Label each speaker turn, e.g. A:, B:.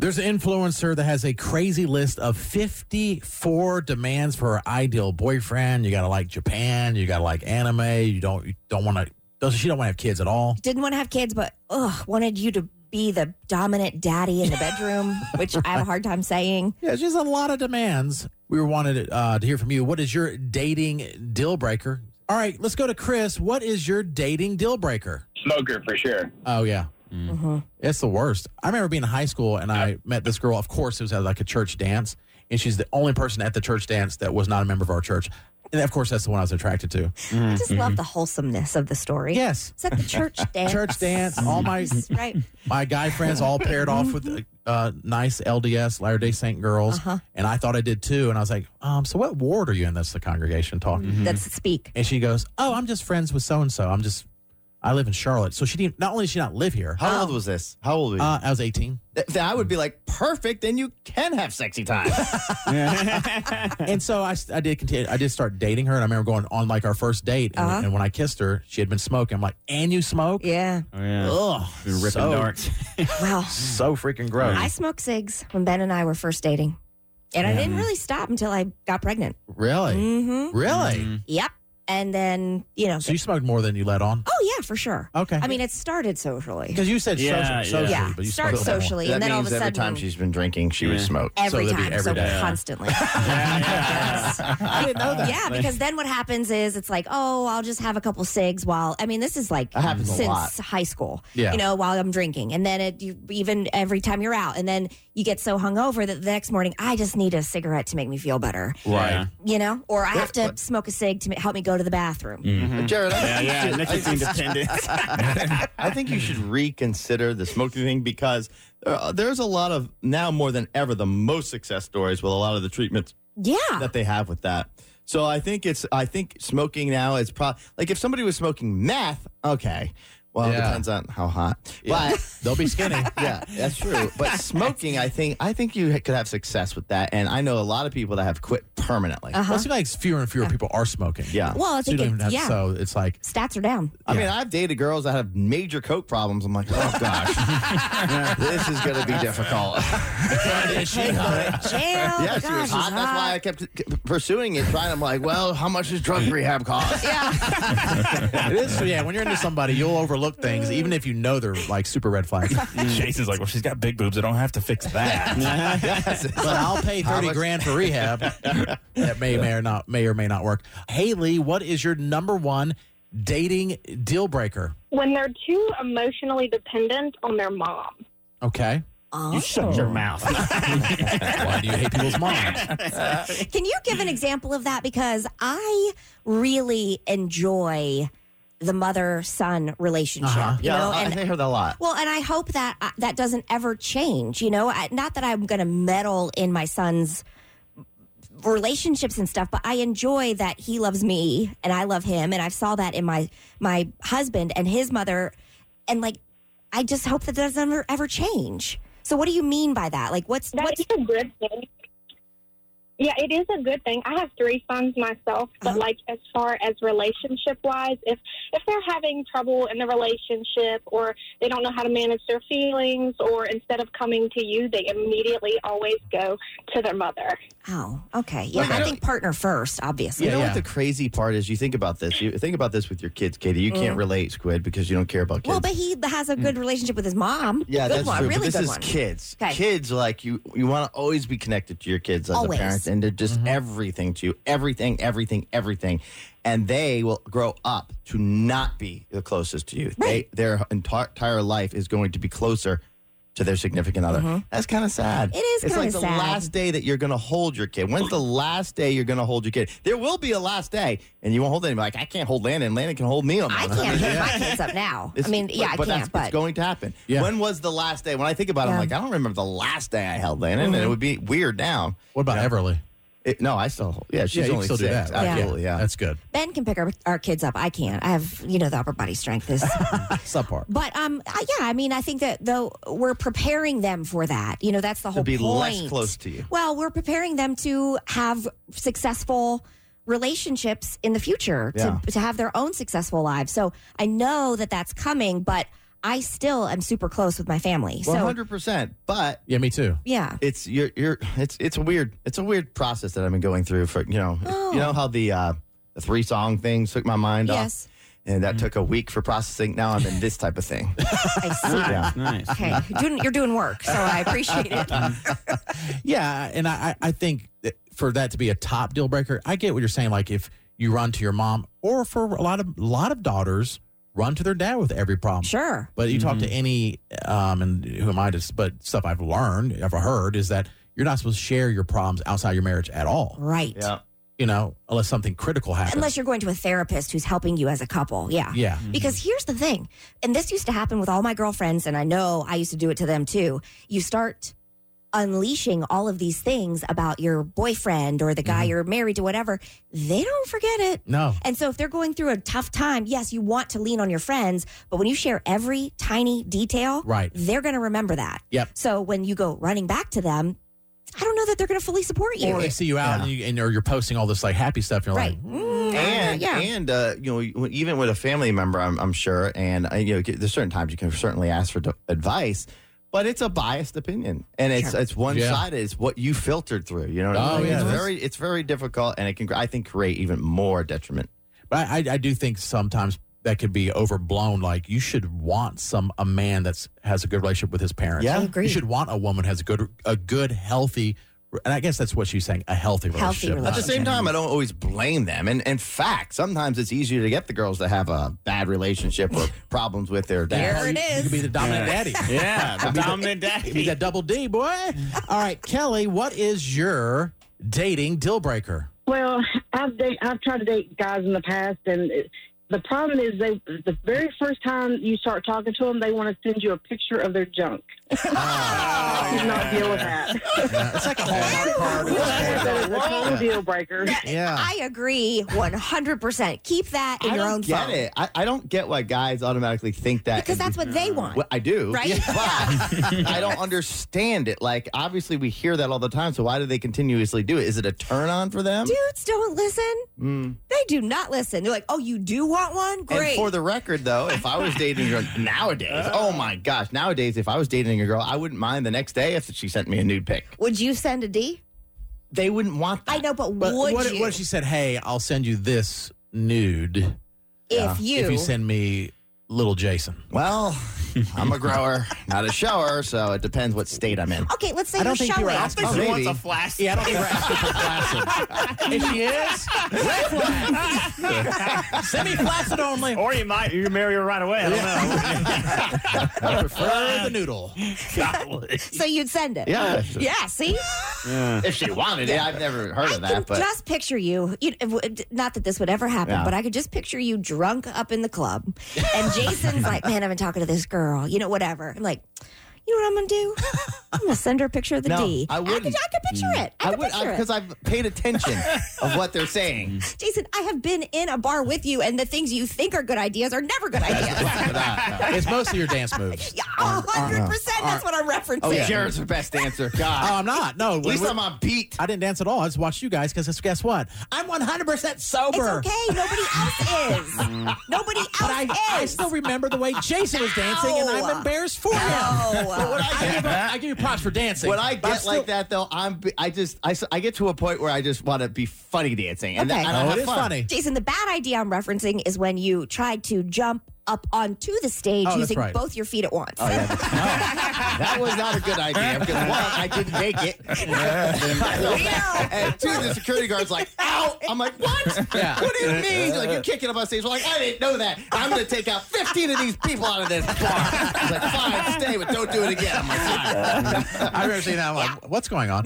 A: There's an influencer that has a crazy list of 54 demands for her ideal boyfriend. You gotta like Japan. You gotta like anime. You don't you don't want to. Doesn't she don't want to have kids at all?
B: Didn't want to have kids, but ugh, wanted you to be the dominant daddy in the bedroom, which I have a hard time saying.
A: Yeah, she's a lot of demands. We wanted uh, to hear from you. What is your dating deal breaker? All right, let's go to Chris. What is your dating deal breaker?
C: Smoker for sure.
A: Oh yeah,
B: Mhm.
A: it's the worst. I remember being in high school and I met this girl. Of course, it was at like a church dance, and she's the only person at the church dance that was not a member of our church. And of course, that's the one I was attracted to.
B: I just
A: Mm-hmm.
B: love the wholesomeness of the story.
A: Yes,
B: Is that the church dance?
A: church dance. All my
B: Right.
A: my guy friends all paired off with uh, nice LDS Latter Day Saint girls,
B: Uh-huh.
A: and I thought I did too. And I was like, um, "So what ward are you in?" That's the congregation talking.
B: That's speak.
A: And she goes, "Oh, I'm just friends with so and so. I'm just I live in Charlotte." So she didn't. Not only did she not live here,
D: How
B: Oh,
D: old was this? How old were you?
A: uh, I was 18,
D: Th- th- I would be like, perfect. Then you can have sexy time.
C: Oh,
A: and so I, I did continue. I did start dating her, and I remember going on like our first date, and,
B: Uh-huh.
A: and when I kissed her, she had been smoking. I'm like, "And you smoke?
B: Yeah.
E: Oh, yeah.
A: Ugh,
E: Been ripping
A: so,
E: darts.
B: Well,
A: so freaking gross."
B: I smoked cigs when Ben and I were first dating. And I didn't really stop until I got pregnant.
A: really,
B: Mm-hmm.
A: really.
E: Mhm.
B: Yep. And then, you know,
A: So you smoked more than you let on.
B: oh, yeah, for sure.
A: Okay.
B: I mean, it started socially.
A: because you said
E: Yeah,
A: social, socially,
E: yeah.
B: yeah.
A: but you
B: Start
A: smoked more.
B: socially.
D: that
B: and then all of a
D: means
B: sudden,
D: every time she's been drinking, she would
E: Yeah.
D: smoke.
B: every
A: So it'd be
B: time.
A: every
B: so
A: day.
B: constantly.
E: Yeah,
B: Yes.
A: I didn't know that.
B: Yeah, because then what happens is it's like, oh, I'll just have a couple cigs while I mean, this is like
D: That happens a
B: since
D: lot.
B: high school.
A: Yeah.
B: You know, while I'm drinking, and then it you, even every time you're out, and then you get so hungover that the next morning I just need a cigarette to make me feel better.
E: Right.
B: You know, or I have to
D: But-
B: smoke a cig to ma- help me go to the bathroom.
D: Mm.
E: Mhm.
D: Jared, I
E: Yeah,
D: think,
E: yeah,
D: you should, I,
E: nicotine dependence.
D: I think you should reconsider the smoking thing because uh, there's a lot of, now more than ever, the most success stories with a lot of the treatments
B: Yeah.
D: that they have with that. So I think it's I think smoking now is probably like if somebody was smoking meth, okay. Well, it
A: Yeah.
D: depends on how hot. But
A: They'll be skinny.
D: yeah, that's true. But smoking, I think I think you could have success with that and I know a lot of people that have quit permanently.
B: Uh
A: Well, it
B: huh.
A: seems like fewer and fewer people are smoking.
D: Yeah.
B: Well, I
A: So, you
B: think
A: don't even
B: it,
A: have,
B: yeah,
A: so it's like,
B: stats are down.
D: I mean, I've dated girls that have major coke problems. I'm like, "Oh gosh. this is going to be difficult."
A: is she hot?
B: Jail.
D: yeah,
B: oh
D: she
B: gosh,
D: was hot.
B: she's
D: That's why I kept c- pursuing it trying I'm like, "Well, how much does drug rehab cost?"
B: Yeah.
A: it is. So, yeah, when you're into somebody, you'll overlook things,
B: Uh-huh.
A: even if you know they're like super red flags.
C: Mm.
F: Chase is like, well, she's got big boobs. I don't have to fix that.
A: but I'll pay
D: How
A: thirty
D: much-
A: grand for rehab. that may may or not may or may not work. Haley, what is your number one dating deal breaker?
G: When they're too emotionally dependent on their mom.
A: Okay.
B: Oh.
E: mouth.
A: Why do you hate people's moms?
B: Can you give an example of that? Because I really enjoy the mother son relationship.
A: Uh-huh.
B: You
D: Yeah,
B: know,
D: I,
B: and
D: I hear that a lot.
B: well, and I hope that uh, that doesn't ever change. You know, I, not that I'm going to meddle in my son's relationships and stuff, but I enjoy that he loves me and I love him, and I saw that in my my husband and his mother, and like, I just hope that doesn't ever, ever change. So, what do you mean by that? Like, what's
G: That
B: what's
G: is a good thing. Yeah, it is a good thing. I have three sons myself, but
B: Uh-huh.
G: like as far as relationship wise, if if they're having trouble in the relationship or they don't know how to manage their feelings or instead of coming to you, they immediately always go to their mother.
B: Oh, okay. Yeah,
D: Like, I
B: I
D: don't-
B: think partner first, obviously.
D: You know
A: yeah.
D: what the crazy part is? You think about this. You think about this with your kids, Katie. You can't relate, Squid, because you don't care about kids.
B: Mm.
D: Hmm.
B: Well, but he has a good relationship with his mom.
D: yeah,
B: good
D: that's
B: one,
D: true.
B: really
D: but this
B: good
D: is
B: one.
D: kids.
B: 'Kay.
D: Kids, like you, you want to always be connected to your kids as
B: Always.
D: a parent, and they're just everything to you, everything, everything, everything. And they will grow up to not be the closest to you.
B: Right.
D: They, their enti- entire life is going to be closer to their significant other. That's kind of sad.
B: Mm-hmm. It is
D: It's
B: kinda
D: like the
B: sad.
D: last day that you're going to hold your kid. When's the last day you're going to hold your kid? There will be a last day, and you won't hold anybody. Like I can't hold Landon. Landon can hold me. on
B: I
D: my-
B: can't pick my kids up now. I
D: It's-
B: mean, yeah,
D: but
B: I
D: that's-
B: can't, but
D: it's going to happen.
A: Yeah.
D: When was the last day? When I think about it,
B: Yeah. Mm-hmm.
D: I'm like, I don't remember the last day I held Landon, and it would be weird now.
A: What about Everly?
D: It- no, I still, yeah, she's
A: yeah, you can
D: only
A: still do that.
D: six.
A: right?
D: Absolutely, yeah.
A: That's good.
B: Ben can pick our, our kids up. I can't. I have, you know, the upper body strength is.
A: Subpart.
B: but um, I- yeah, I mean, I think that though we're preparing them for that. You know, that's the whole
D: be
B: point.
D: less close to you.
B: Well, we're preparing them to have successful relationships in the future
D: Yeah.
B: to, to have their own successful lives. So I know that that's coming, but I still am super close with my family. So,
D: One hundred percent. But
A: Yeah, me too.
B: yeah.
D: it's you're you're it's it's a weird it's a weird process that I've been going through for you know
B: Oh.
D: you know how the uh the three song thing took my mind off
B: Yes.
D: and that took a week for processing. Now I'm in this type of thing.
B: I see.
D: yeah. Um,
C: Nice.
B: Okay. You're doing, you're doing work, so I appreciate it.
A: Yeah, and I, I I think that for that to be a top deal breaker, I get what you're saying. Like if you run to your mom, or for a lot of a lot of daughters, run to their dad with every problem.
B: Sure.
A: But you talk to any, um, and who am I to? s- But stuff I've learned, I've heard, is that you're not supposed to share your problems outside your marriage at all.
B: Right.
D: Yeah.
A: You know, unless something critical happens.
B: Unless you're going to a therapist who's helping you as a couple. Yeah.
A: yeah,
B: Because
D: Mm-hmm.
B: here's the thing, and this used to happen with all my girlfriends, and I know I used to do it to them too. You start unleashing all of these things about your boyfriend or the guy
D: Mm-hmm.
B: you're married to, whatever. They don't forget it.
A: no,
B: And so, if they're going through a tough time, yes, you want to lean on your friends, but when you share every tiny detail,
A: right,
B: they're going to remember that.
A: Yep.
B: So, when you go running back to them, I don't know that they're going to fully support you.
A: or they see you out and, you, and or you're posting all this like happy stuff. And you're
B: right.
A: like,
B: Mm,
D: And
B: yeah.
D: and uh, you know you- even with a family member, I'm, I'm sure, and uh, you know there's certain times you can certainly ask for d- advice, but it's a biased opinion, and it's
B: Sure.
D: it's one
A: Yeah.
D: sided. It's what you filtered through. You know, what I
A: Oh,
D: mean?
A: yeah,
D: it's
A: that's-
D: very it's very difficult, and it can I think create even more detriment.
A: But I, I, I do think sometimes that could be overblown. Like you should want some a man that's has a good relationship with his parents.
D: Yeah. I
B: agree.
A: You should want a woman who has a good a good healthy, and I guess that's what she's saying a healthy
B: Healthy
A: relationship.
D: At the
B: relationship.
D: same time, I don't always blame them. And in fact, sometimes it's easier to get the girls to have a bad relationship or problems with their dad.
B: There it
A: You- You
B: is.
A: could be the dominant daddy.
C: Yeah, the dominant
A: You could be
C: daddy.
A: that double D boy. All right, Kelly, what is your dating deal breaker?
E: Well, I've date, I've tried to date guys in the past, and it, the problem is they the very first time you start talking to them, they want to send you a picture of their junk. I did not deal with that.
A: It's like a Hallmark card.
E: That is a total deal breaker.
D: Yeah.
B: I agree 100%. Keep that in
D: I
B: your
D: don't
B: own
D: get
B: phone.
D: it. I, I don't get why guys automatically think that.
B: Because
D: and-
B: that's what they want.
D: Well, I do.
B: Right?
D: But I don't understand it. Like, obviously, we hear that all the time. So why do they continuously do it? Is it a turn on for
A: um,
D: them?
B: Dudes don't listen.
D: Mm.
B: They do not listen. They're like, oh, you do want one?
D: And
B: Great.
D: for the record, though, if I was dating a girl nowadays, oh my gosh, nowadays, if I was dating a girl, I wouldn't mind the next day if she sent me a nude pic.
B: would you send a D?
D: They wouldn't want that.
B: I know, but,
A: But
B: would
A: what,
B: you?
A: what if she said, "Hey, I'll send you this nude
B: if you,
A: if you send me little Jason"?
D: Well, I'm a grower, not a shower, so it depends what state I'm in.
B: Okay, let's say
A: I
B: you're
A: don't think you
B: showing.
A: were asking
D: Oh,
C: She
D: maybe.
C: wants a flash.
A: Yeah, I don't think we're asking for flaccid. if she is, red flag. Semi flaccid only.
C: Or you might you marry her right away. I don't
A: I prefer the noodle.
B: so you'd send it.
D: Yeah.
B: Yeah, see?
C: know.
D: If she wanted it, I've never heard of
B: I can
D: that, but
B: just picture you. you it would- not that this would ever happen,
D: Yeah.
B: but I could just picture you drunk up in the club. And Jason's like, man, I've been talking to this girl, you know, whatever. I'm like, you know what I'm going to do? I'm going to send her a picture of the
D: No,
B: D.
D: I
B: could,
D: wouldn't. Mm.
B: I could picture it. I,
D: I
B: could
D: would
B: picture
D: because
B: it.
D: I've paid attention of what they're saying.
B: Jason, I have been in a bar with you, and the things you think are good ideas are never good ideas.
A: It's mostly your dance moves.
B: Yeah, oh, 100%. That's what I'm referencing.
D: Uh, Oh, Um, Jared's the best dancer.
A: Oh,
D: God.
A: I'm not. No,
D: At least I'm on beat.
A: I didn't dance at all. I just watched you guys because guess what? I'm 100%
B: It's
A: sober.
B: okay. Nobody else is. Nobody else
A: But I, I
B: is.
A: still remember the way Jason was dancing, and I'm embarrassed for him.
B: no.
A: I, give, I give you props for dancing.
D: When I
A: but I'm
D: get
A: still-
D: like that, though, I'm b- I just I, s- I get to a point where I just want to be funny dancing, and,
B: Okay.
D: that, and I
A: Oh,
D: have
A: it is
D: fun.
A: funny.
B: Jason, the bad idea I'm referencing is when you tried to jump up onto the stage
A: Oh, that's
B: using
A: right.
B: both your feet at once.
D: That was not a good idea because one, I didn't make it, and two, the security guard's like, "Ow!" I'm like, "What?
A: Yeah.
D: What do you mean? Like you're kicking up on stage?" We're like, "I didn't know that. I'm going to take out 15 of these people out of this bar." He's like, "Fine, stay, but don't do it again." I'm like, "Fine."
A: I remember seeing that. I'm like, what's going on?